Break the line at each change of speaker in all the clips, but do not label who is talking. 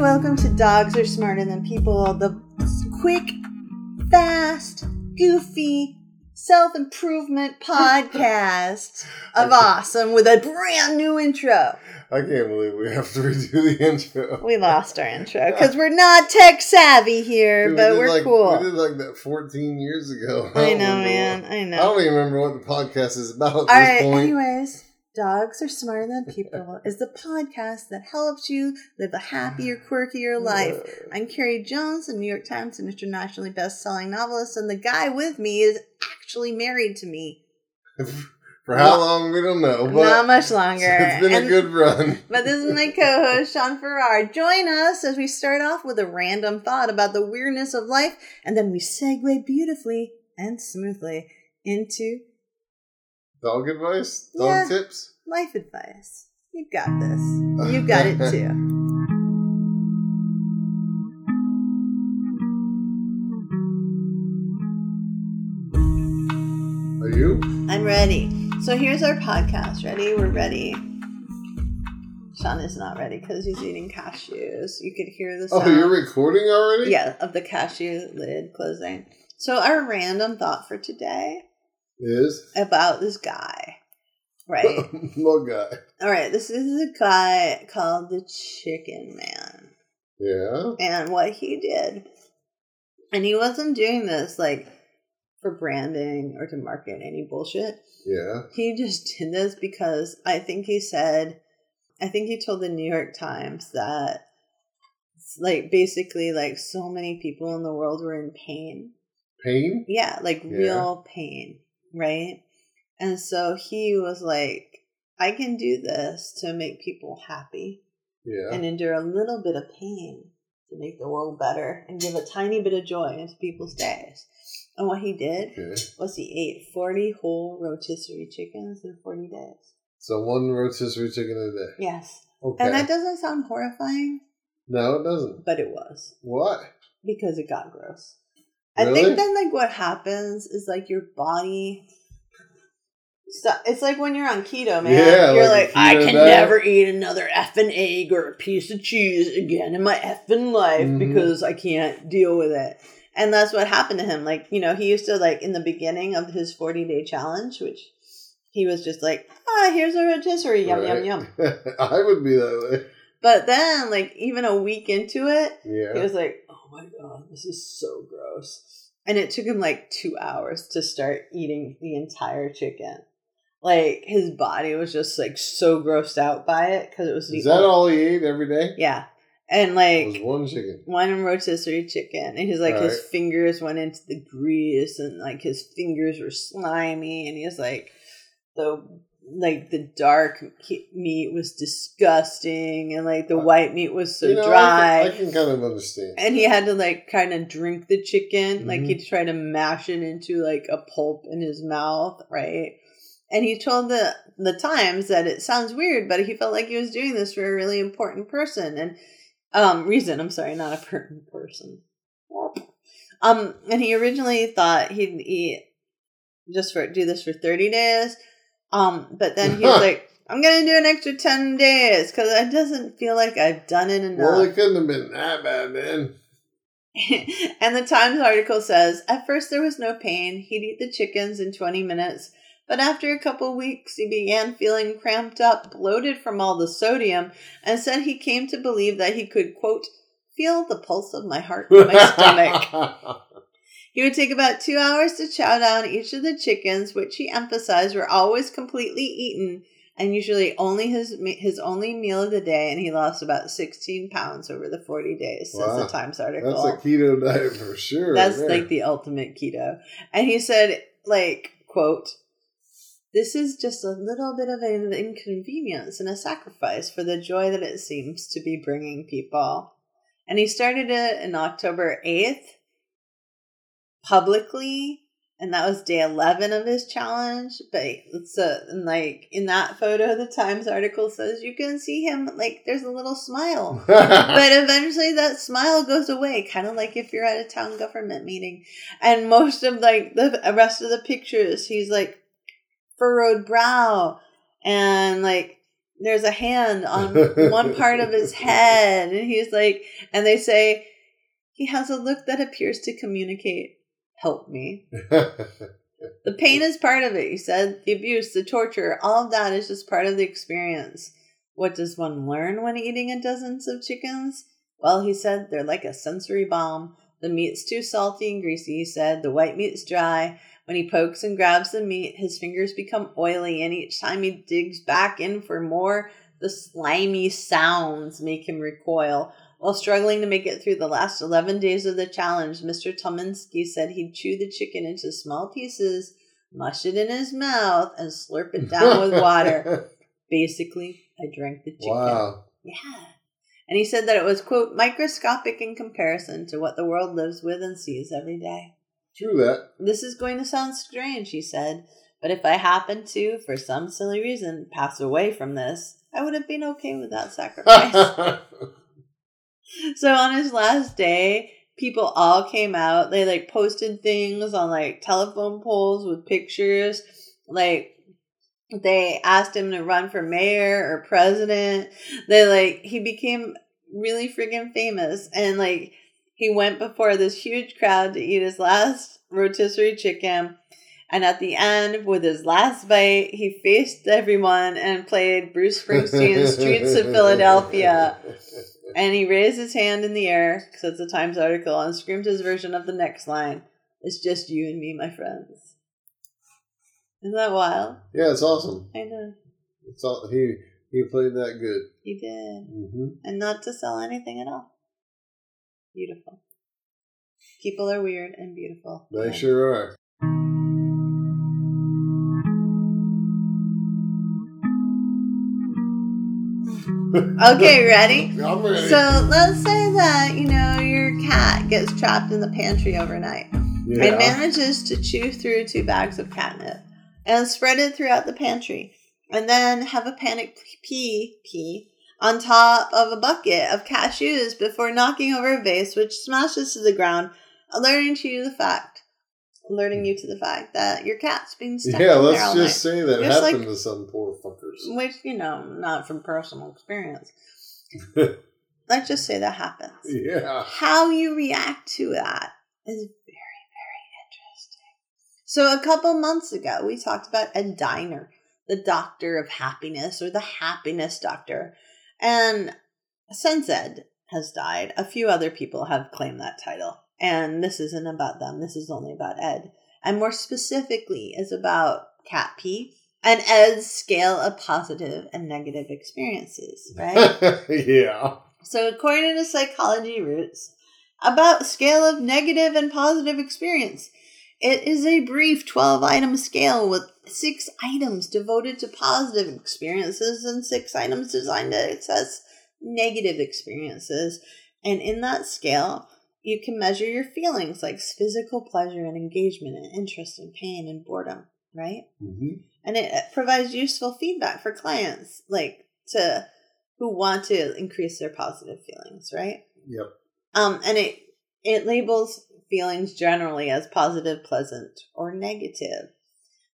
welcome to Dogs Are Smarter Than People, the quick, fast, goofy, self improvement podcast of awesome with a brand new intro.
I can't believe we have to redo the intro.
We lost our intro because we're not tech savvy here,
Dude, we
but
did
we're
like-
cool.
We did like that 14 years ago.
I
don't
know,
remember
man.
what-
I know.
I don't even remember what the podcast is about
All
at
right.
this point.
Anyways, dogs are smarter than people is the podcast that helps you live a happier, quirkier life. I'm Carrie Jones, a New York Times and internationally best-selling novelist, and the guy with me is actually married to me.
For how long, we don't know. But
Not much longer.
It's been
And-
a good run.
but this is my co-host Sean Farrar. Join us as we start off with a random thought about the weirdness of life, and then we segue beautifully and smoothly into
Dog advice? Dog
Yeah.
tips?
life advice. You've got this. You've got it too.
Are you?
I'm ready. So here's our podcast. Ready? We're ready. Sean is not ready because he's eating cashews. You could hear the
Oh,
sound.
you're recording already?
yeah, of the cashew lid closing. So our random thought for today
Is?
about this guy. Right.
What guy?
All right. This is a guy called the Chicken Man.
Yeah.
and what he did. And he wasn't doing this like for branding or to market any bullshit.
Yeah.
He just did this because I think he said, I think he told the New York Times that like basically like so many people in the world were in pain.
Pain?
Yeah, like
Yeah.
real pain, right? And so he was like, I can do this to make people happy
Yeah.
and endure a little bit of pain to make the world better and give a tiny bit of joy into people's days. And what he did
okay.
was he ate 40 whole rotisserie chickens in 40 days.
So one rotisserie chicken a day.
Yes.
Okay.
And that doesn't sound horrifying,
no, it doesn't.
but it was
What?
because it got gross. I
Really?
think then, like, what happens is like your body. So it's like when you're on keto, man.
Yeah,
you're
like
like,
a
I
keto
can
diet.
never eat another effing egg or a piece of cheese again in my effing life
Mhm.
because I can't deal with it. And that's what happened to him. Like, you know, he used to like in the beginning of his 40 day challenge, which he was just like, ah, here's a rotisserie, yum yum
Right.
yum.
I would be that way.
But then, like, even a week into it, he
Yeah.
was like, "Oh my god, this is so gross." And it took him like 2 hours to start eating the entire chicken. Like his body was just like so grossed out by it cuz it was the
Is that all he ate every day?
Yeah. And
It was
like
one chicken.
one rotisserie chicken and he's like his
Alright.
fingers went into the grease and like his fingers were slimy and he's like the like the dark he- meat was disgusting and like the
Uh,
white meat was so
You know, I
dry
can- I can, kind of understand.
and he had to like kind of drink the chicken like
Mhm.
he'd try to mash it into like a pulp in his mouth right and he told the the times that it sounds weird but he felt like he was doing this for a really important person and um reason i'm sorry not a per- person um and he originally thought he'd eat just for do this for 30 days um but then he was like i'm gonna do an extra 10 days because it doesn't feel like i've done it enough
Well, it couldn't have been that bad, man.
and the Times article says at first there was no pain. He'd eat the chickens in 20 minutes, but after a couple weeks he began feeling cramped up, bloated from all the sodium, and said he came to believe that he could, quote, feel the pulse of my heart in my stomach. He would take about two hours to chow down each of the chickens, which he emphasized were always completely eaten and usually only his me- his only meal of the day. And he lost about 16 pounds over the 40 days, says the
Wow.
Times
That's
article.
a keto diet for sure.
That's
there.
like the ultimate keto. And he said, like, quote, this is just a little bit of an inconvenience and a sacrifice for the joy that it seems to be bringing people. And he started it on October 8th publicly, and that was day 11 of his challenge. But it's a, and like in that photo, the Times article says you can see him, like, there's a little smile but eventually that smile goes away kind of like if you're at a town government meeting and most of like the rest of the pictures he's like furrowed brow and like there's a hand on one part of his head, and he's like, and they say he has a look that appears to communicate, "Help me." The pain is part of it, he said. The abuse, the torture, all of that is just part of the experience. What does one learn when eating a dozens of chickens? Well, he said, they're like a sensory bomb. The meat's too salty and greasy, he said. The white meat's dry. When he pokes and grabs the meat, his fingers become oily, and each time he digs back in for more, the slimy sounds make him recoil. While struggling to make it through the last 11 days of the challenge, Mr. Tominski said he'd chew the chicken into small pieces, mush it in his mouth, and slurp it down with water. Basically, I drank the chicken.
Wow.
Yeah. And he said that it was, quote, microscopic in comparison to what the world lives with and sees every day.
True that.
This is going to sound strange, he said, but if I happened to, for some silly reason, pass away from this, I would have been okay with that sacrifice. so on his last day, people all came out. They like posted things on like telephone poles with pictures. Like they asked him to run for mayor or president. They like he became really freaking famous and like he went before this huge crowd to eat his last rotisserie chicken. And at the end, with his last bite, he faced everyone and played Bruce Springsteen's Streets of Philadelphia and he raised his hand in the air because it's a Times article and screamed his version of the next line. It's just you and me, my friends. Isn't that wild?
Yeah, it's awesome.
I know
It's all, he he played that good.
he did,
Mm-hmm.
and not to sell anything at all. Beautiful. People are weird and beautiful.
They
And
sure are.
Okay, ready?
I'm ready.
So let's say that you know your cat gets trapped in the pantry overnight. and
yeah.
manages to chew through two bags of catnip and spread it throughout the pantry, and then have a panic pee pee on top of a bucket of cashews before knocking over a vase, which smashes to the ground, alerting to you the fact, alerting you to the fact that your cat's been stuck
Yeah,
in there
let's
all
just say that
Just
happened
like-
to some poor fuckers.
night. Which you know, not from personal experience. let's just say that happens.
Yeah.
How you react to that is very, very interesting. So, a couple months ago, we talked about Ed Diner, the doctor of happiness or the happiness doctor. And since Ed has died, a few other people have claimed that title. And this isn't about them, this is only about Ed. And more specifically, is about Cat P and Ed's scale of positive and negative experiences, right?
yeah.
So, according to Psychology Roots, about scale of negative and positive experience, it is a brief 12 item scale with six items devoted to positive experiences and six items designed to assess negative experiences. And in that scale, you can measure your feelings like physical pleasure and engagement and interest and pain and boredom, right?
Mhm.
and it provides useful feedback for clients like to who want to increase their positive feelings right
Yep.
um and it it labels feelings generally as positive pleasant or negative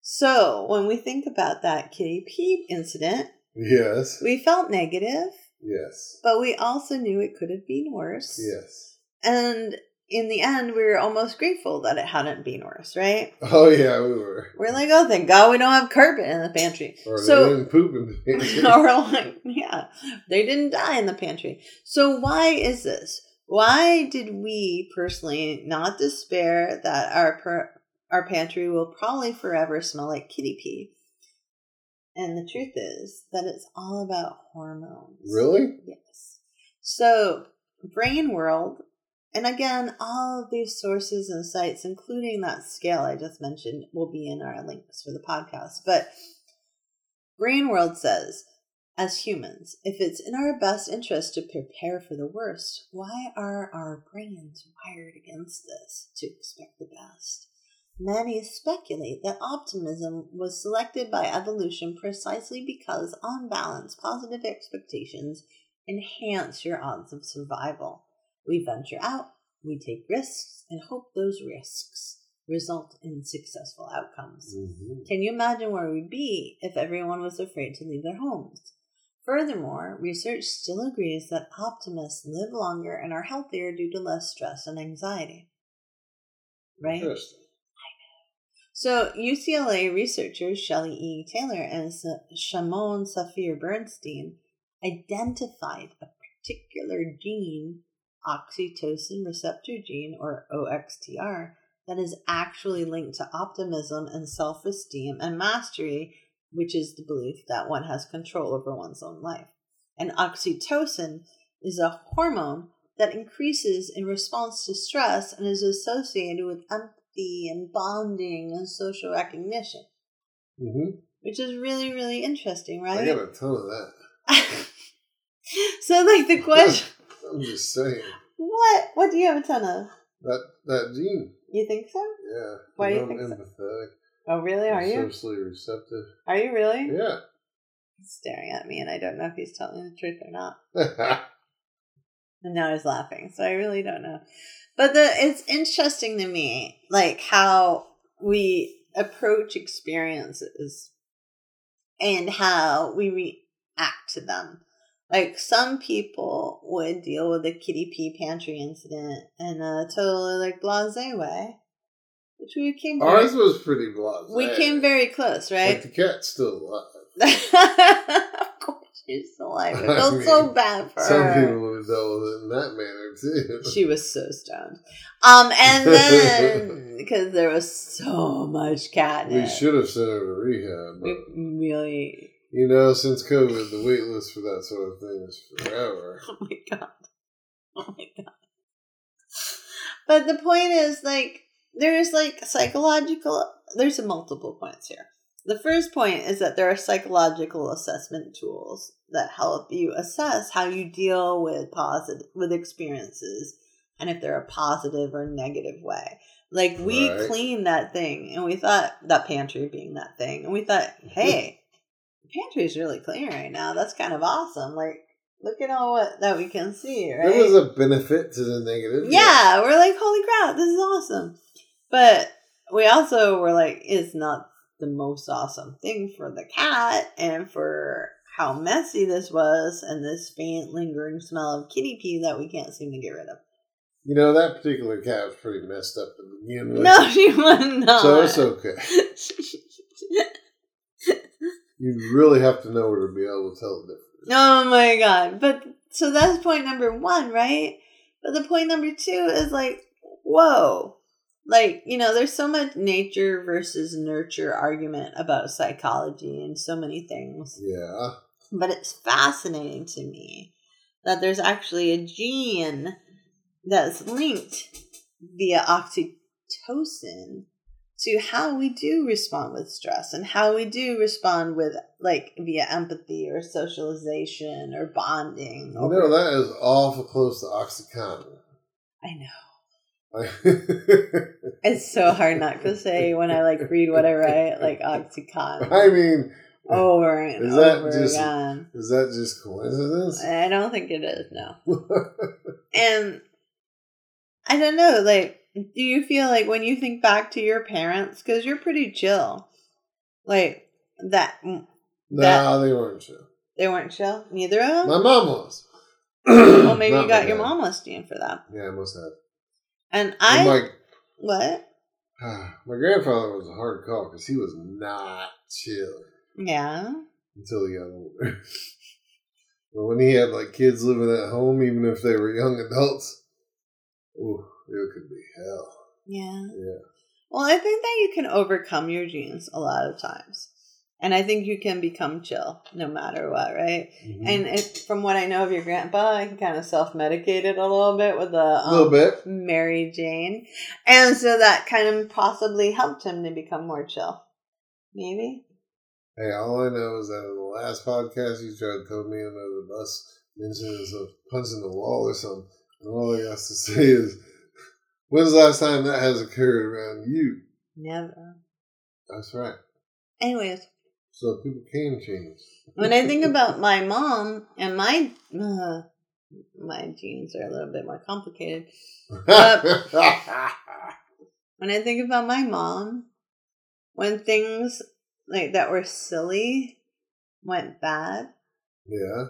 so when we think about that kitty p incident
Yes.
we felt negative
Yes.
but we also knew it could have been worse
Yes.
and in the end we were almost grateful that it hadn't been worse right
Oh yeah, we were.
we're like oh thank god we don't have carpet in the pantry
Or
so
they didn't poop in the
or like, yeah, they didn't die in the pantry. So why is this? Why did we personally not despair that our per- our pantry will probably forever smell like kitty pee? And the truth is that it's all about hormones.
Really?
Yes. So, Brain World, and again, all of these sources and sites, including that scale I just mentioned, will be in our links for the podcast. But Brain World says, as humans, if it's in our best interest to prepare for the worst, why are our brains wired against this to expect the best? Many speculate that optimism was selected by evolution precisely because, on balance, positive expectations enhance your odds of survival. We venture out, we take risks, and hope those risks result in successful outcomes.
Mhm.
Can you imagine where we'd be if everyone was afraid to leave their homes? Furthermore, research still agrees that optimists live longer and are healthier due to less stress and anxiety. Right?
Interesting.
So, UCLA researchers Shelley E. Taylor and Sa- Shamon Safir Bernstein identified a particular gene, oxytocin receptor gene, or OXTR, that is actually linked to optimism and self esteem and mastery, which is the belief that one has control over one's own life. And oxytocin is a hormone that increases in response to stress and is associated with empathy and bonding and social recognition,
Mm-hmm.
which is really, really interesting,
I
right?
got a ton of that.
so, like, the question
I'm just saying
what? What do you have a ton of?
that that gene.
You think so?
Yeah.
Why do you
I'm
think so?
empathetic.
Oh, really? Are
I'm
you?
Socially receptive.
Are you really?
Yeah.
He's staring at me, and I don't know if he's telling me the truth or not.
yeah.
And now he's laughing, so I really don't know. But the it's interesting to me, like how we approach experiences and how we react to them. Like some people would deal with the kitty pee pantry incident in a totally like blasé way, which we came very,
Ours was pretty blasé.
we came very close, right?
But the cat's still alive.
of course, she's alive. I
I
felt so
mean,
bad for
Some
her.
people would have dealt with it in that manner too.
She was so stoned. Um, and then because there was so much cat,
we should have sent her to rehab,
we
but
really.
you know, since COVID, the wait list for that sort of thing is forever.
Oh my god! Oh my god! But the point is, like, there's like psychological. There's multiple points here. The first point is that there are psychological assessment tools that help you assess how you deal with positive with experiences and if they're a positive or negative way. Like we
Right.
cleaned that thing and we thought that pantry being that thing and we thought, hey, the pantry is really clean right now. That's kind of awesome. Like look at all what that we can see, right?
There was a benefit to the negative.
Yeah, we're like, holy crap, this is awesome. But we also were like, it's not the most awesome thing for the cat and for how messy this was and this faint lingering smell of kitty pee that we can't seem to get rid of.
You know, that particular cat was pretty messed up to begin with.
No, she was not.
So it's okay. You really have to know her to be able to tell the difference.
oh my god. But so that's point number one, right? But the point number two is like, whoa. Like, you know, there's so much nature versus nurture argument about psychology and so many things.
Yeah.
But it's fascinating to me that there's actually a gene that's linked via oxytocin to how we do respond with stress and how we do respond with like via empathy or socialization or bonding.
You
or-
know, that is awful close to Oxycontin.
I know.
I
It's so hard not to say when I like read what I write, like Oxycontin
mean,
over and
Is that
over
just-
again.
is that just coincidence?
I don't think it is, no. And I don't know, like, do you feel like when you think back to your parents, because you're pretty chill, like that mm,
nah, they weren't sure.
they weren't chill? Neither of them?
My mom was.
well, maybe
Not
you got
my
your
dad.
mom listening for that.
Yeah, I must have.
And
I,
I,
like,
what?
my grandfather was a hard call because he was not chill
Yeah.
until he got older. but when he had like kids living at home, even if they were young adults, ooh, it could be hell.
Yeah.
Yeah.
Well, I think that you can overcome your genes a lot of times. And I think you can become chill no matter what, right?
Mm-hmm.
And it, from what I know of your grandpa, he kind of self medicated a little bit with the.
a
Um,
little bit.
Mary Jane. And so that kind of possibly helped him to become more chill. Maybe?
Hey, all I know is that in the last podcast you tried to throw me under the bus, mentioning of punching the wall or something, and all I got to say is, when's the last time that has occurred around you?
Never.
That's right.
Anyways,
So people can change.
when I think about my mom and my. Uh, my genes are a little bit more complicated. When I think about my mom, when things like that were silly went bad,
Yeah.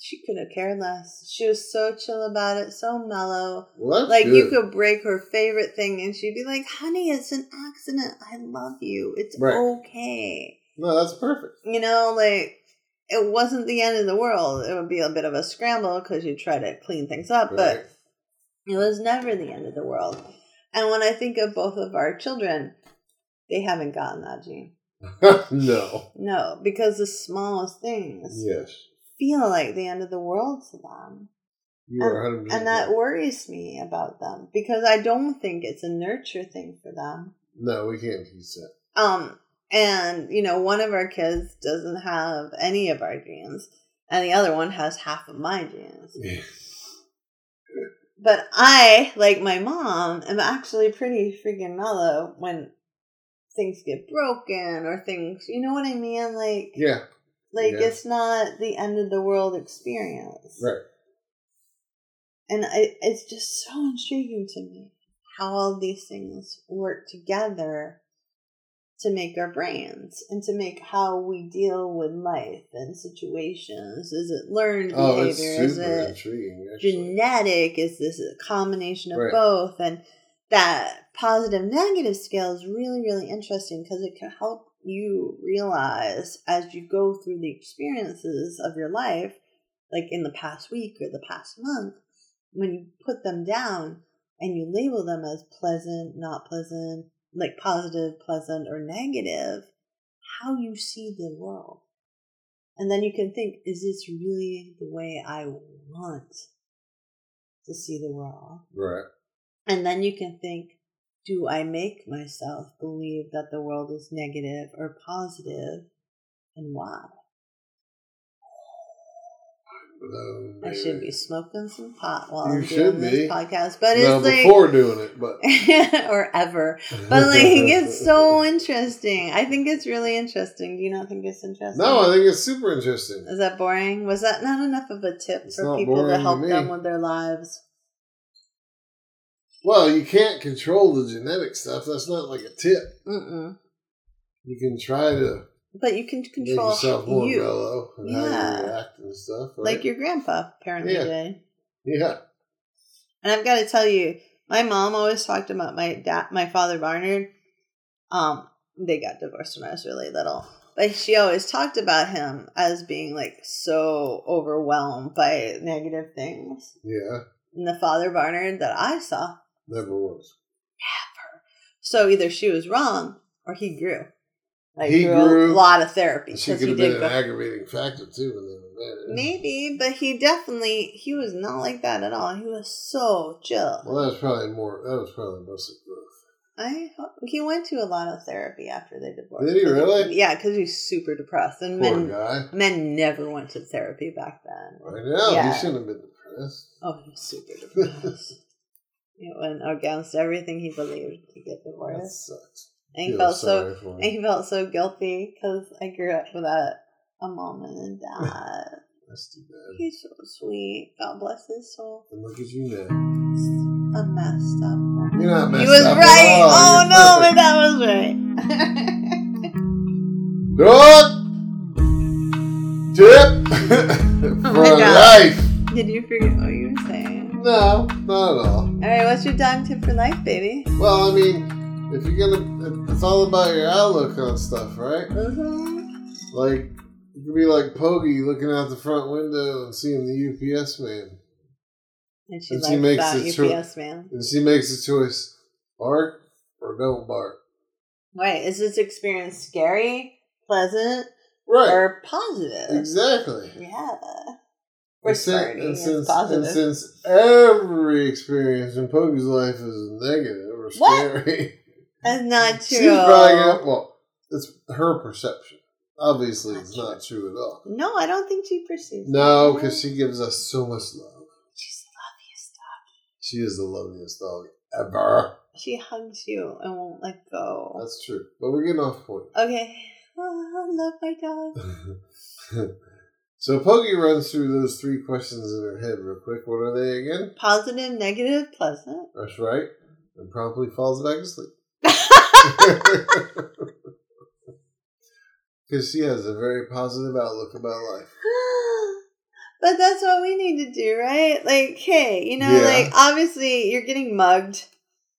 She could have cared less. She was so chill about it, so mellow.
Well, that's
Like you
good.
could break her favorite thing and she'd be like, Honey, it's an accident. I love you. It's
Right.
okay.
No, that's perfect.
You know, like it wasn't the end of the world. It would be a bit of a scramble because you'd try to clean things up, but
Right.
it was never the end of the world. And when I think of both of our children, they haven't gotten that gene.
no.
No, because the smallest things
Yes.
feel like the end of the world to them.
You are 100
And that worries me about them because I don't think it's a nurture thing for them.
No, we can't teach that.
Um, and you know, one of our kids doesn't have any of our genes, and the other one has half of my genes.
Yeah.
But I, like my mom, am actually pretty freaking mellow when things get broken or things. You know what I mean? Like,
Yeah.
like
yeah.
it's not the end of the world experience,
Right.
And I, it's just so intriguing to me how all these things work together to make our brains and to make how we deal with life and situations. Is it learned
Oh, it's
behavior? Is
super
it
intriguing, actually.
genetic is this a combination of
Right.
both and that positive negative scale is really really interesting because it can help you realize as you go through the experiences of your life like in the past week or the past month when you put them down and you label them as pleasant not pleasant like positive pleasant or negative how you see the world and then you can think, is this really the way I want to see the world?
Right.
And then you can think, do I make myself believe that the world is negative or positive and why?
Um,
I should be smoking some pot while
You
I'm
should
doing
be.
this podcast, but
Now,
it's like,
before doing it, but.
or ever. But like, it's so interesting. I think it's really interesting. Do you not think it's interesting?
No, I think it's super interesting.
Is that boring? Was that not enough of a tip
It's
for
not
people
boring
to
to
help
me.
them with their lives?
Well, you can't control the genetic stuff. That's not like a tip.
Mm-mm.
You can try to
But you can
make
control
yourself more
you,
mellow and how
Yeah.
you react and stuff. Right?
like your grandpa apparently
Yeah.
did.
yeah,
And I've got to tell you, my mom always talked about my dad, my father Barnard. Um, they got divorced when I was really little, but she always talked about him as being like so overwhelmed by negative things.
yeah,
And the father Barnard that I saw,
never was.
so either she was wrong or he grew. Like
He
he grew,
grew.
a lot of therapy
She
because
could
he
have been
did
an
go
aggravating factor too when they were married.
Maybe, but he definitely he was not like that at all. He was so chill.
Well, that's probably more. That was probably mostly growth.
I he went to a lot of therapy after they divorced.
Did he really?
Yeah, because he was super depressed, and
Poor
men
guy.
men never went to therapy back then.
I know
Yeah.
he shouldn't have been depressed.
Oh, he was super depressed. it went against everything he believed to get
That
divorced,
sucks.
and he
Feel
felt so
sorry for him.
and he felt so guilty because I grew up without a mom and a dad.
That's too bad.
He's so sweet. God bless his soul.
And look at you now.
A messed up. man.
You're not
He
messed
was
up at
right.
all.
Oh
You're
no, but
perfect.
that was right.
Good tip for
Oh my God.
life.
Did you forget what you were saying?
No, not at all.
All right, what's your dime tip for life, baby?
Well, I mean, if you're gonna, it's all about your outlook on stuff, right?
Mm-hmm.
Like, you could be like Pogie looking out the front window and seeing the UPS man.
And she
And
likes
she makes
that
the
UPS
cho-
man.
And she makes a choice bark or don't bark.
Right? Is this experience scary, pleasant,
Right.
or positive?
Exactly.
Yeah. Or
And since,
starting
and,
is
since, and
positive.
since every experience in Pogie's life is negative or
What?
scary.
That's not true.
She's probably gonna, well, it's her perception. Obviously,
Not
it's not true at all.
no, I don't think she perceives.
No,
that.
because she gives us so much love.
she's the loveliest
She is the loveliest dog ever.
dog. She hugs you and won't let go.
That's true. But we're getting off point.
Okay. Oh, I love my dog.
so Poggy runs through those three questions in her head real quick. What are they again?
Positive, negative, pleasant.
That's right. And promptly falls back asleep. Because she has a very positive outlook about life.
But that's what we need to do, right? Like, hey, you know,
Yeah.
like obviously you're getting mugged.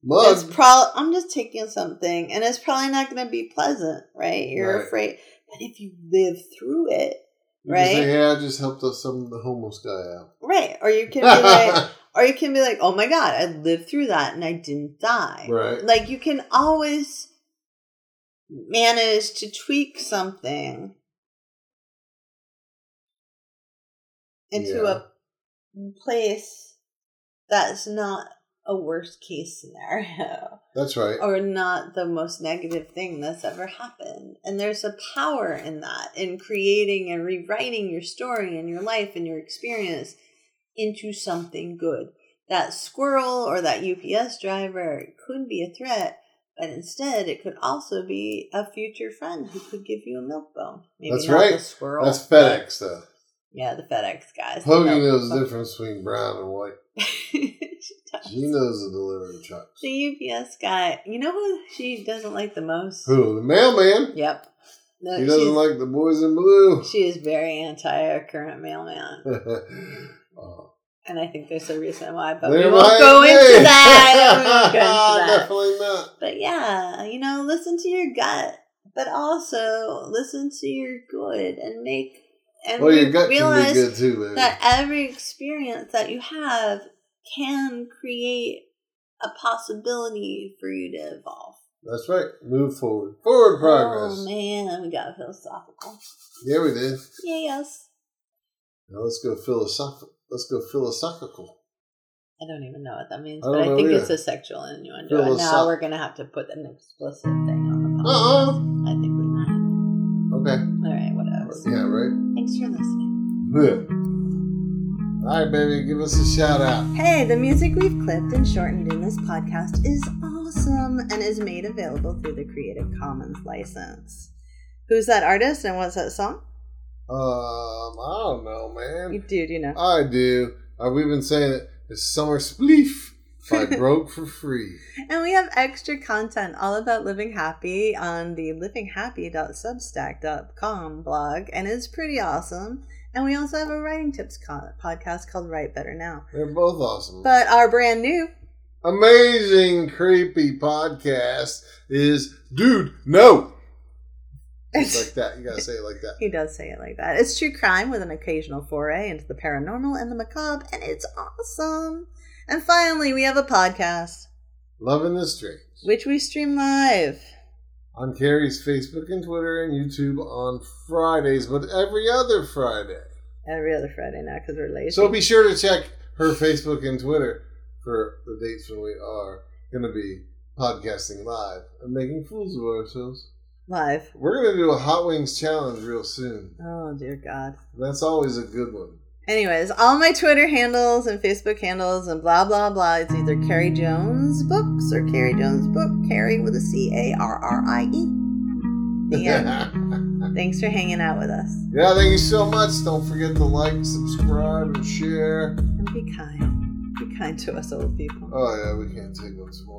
It's
Mug.
probably I'm just taking something, and it's probably not going to be pleasant, right? You're
Right.
afraid, but if you live through it,
You can
right?
Say, hey, I just helped us some the homeless guy out.
right? Or you can be like, or you can be like, oh my god, I lived through that and I didn't die.
right.
Like you can always manage to tweak something into
Yeah.
a place that's not a worst case scenario.
That's right.
or not the most negative thing that's ever happened. And there's a power in that, in creating and rewriting your story and your life and your experience into something good. That squirrel or that UPS driver could be a threat, but instead it could also be a future friend who could give you a milk bone. Maybe
That's
not the
right.
squirrel.
That's FedX though.
Yeah, the FedEx guys. the
Hoagie
milk
knows the difference between brown and white.
bone.
She knows the delivery trucks.
the UPS guy. You know who she doesn't like the most?
Who? The mailman.
Yep. No,
He doesn't
she's-
like the boys in blue.
She is very anti our current mailman,
Oh.
and I think there's a reason why, but
There
we won't
might
go
be.
into that. We won't go into that.
Definitely not.
But yeah, you know, listen to your gut, but also listen to your good and make and
Well, your
re-
gut can be
realize
good too, baby.
that every experience that you have can create a possibility for you to evolve.
That's right. Move forward. Forward progress.
Oh man, we got philosophical.
yeah, we did.
Yes.
Now let's go philosophical. Let's go philosophical.
I don't even know what that means,
I
but
don't
I
know
think it's
either.
a sexual innuendo. And
Philosoph-
now we're gonna have to put an explicit thing on the
Uh
podcast.
oh.
I think we might.
Okay.
All right, whatever.
Yeah, right.
Thanks for listening.
All right, baby. Give us a shout out.
Hey, the music we've clipped and shortened in this podcast is awesome and is made available through the Creative Commons license. Who's that artist and what's that song?
Um, I don't know,
You
man.
dude, you know.
I do. Uh, we've been saying it. It's summer spleef. By broke for free.
And we have extra content all about living happy on the livinghappy.substack.com blog, and it's pretty awesome. And we also have a writing tips co- podcast called Write Better Now.
They're both awesome.
But our brand new,
Amazing creepy podcast is dude. No, Just like that. You gotta say it like that.
he does say it like that. It's true crime with an occasional foray into the paranormal and the macabre, and it's awesome. And finally, we have a podcast,
Loving the Strange.
which we stream live.
On Carrie's Facebook and Twitter and YouTube on Fridays, but every other Friday.
Every other Friday now because we're lazy.
So be sure to check her Facebook and Twitter for the dates when we are going to be podcasting live and making fools of ourselves.
live.
We're going to do a Hot Wings challenge real soon.
Oh dear God.
That's always a good one.
Anyways, all my Twitter handles and Facebook handles and blah blah blah. It's either Carrie Jones books or Carrie Jones book. Carrie with a C A R R I E. The end.
Yeah.
Thanks for hanging out with us.
yeah, thank you so much. Don't forget to like, subscribe, and share.
And be kind. Be kind to us old people.
Oh, yeah, we can't take once more.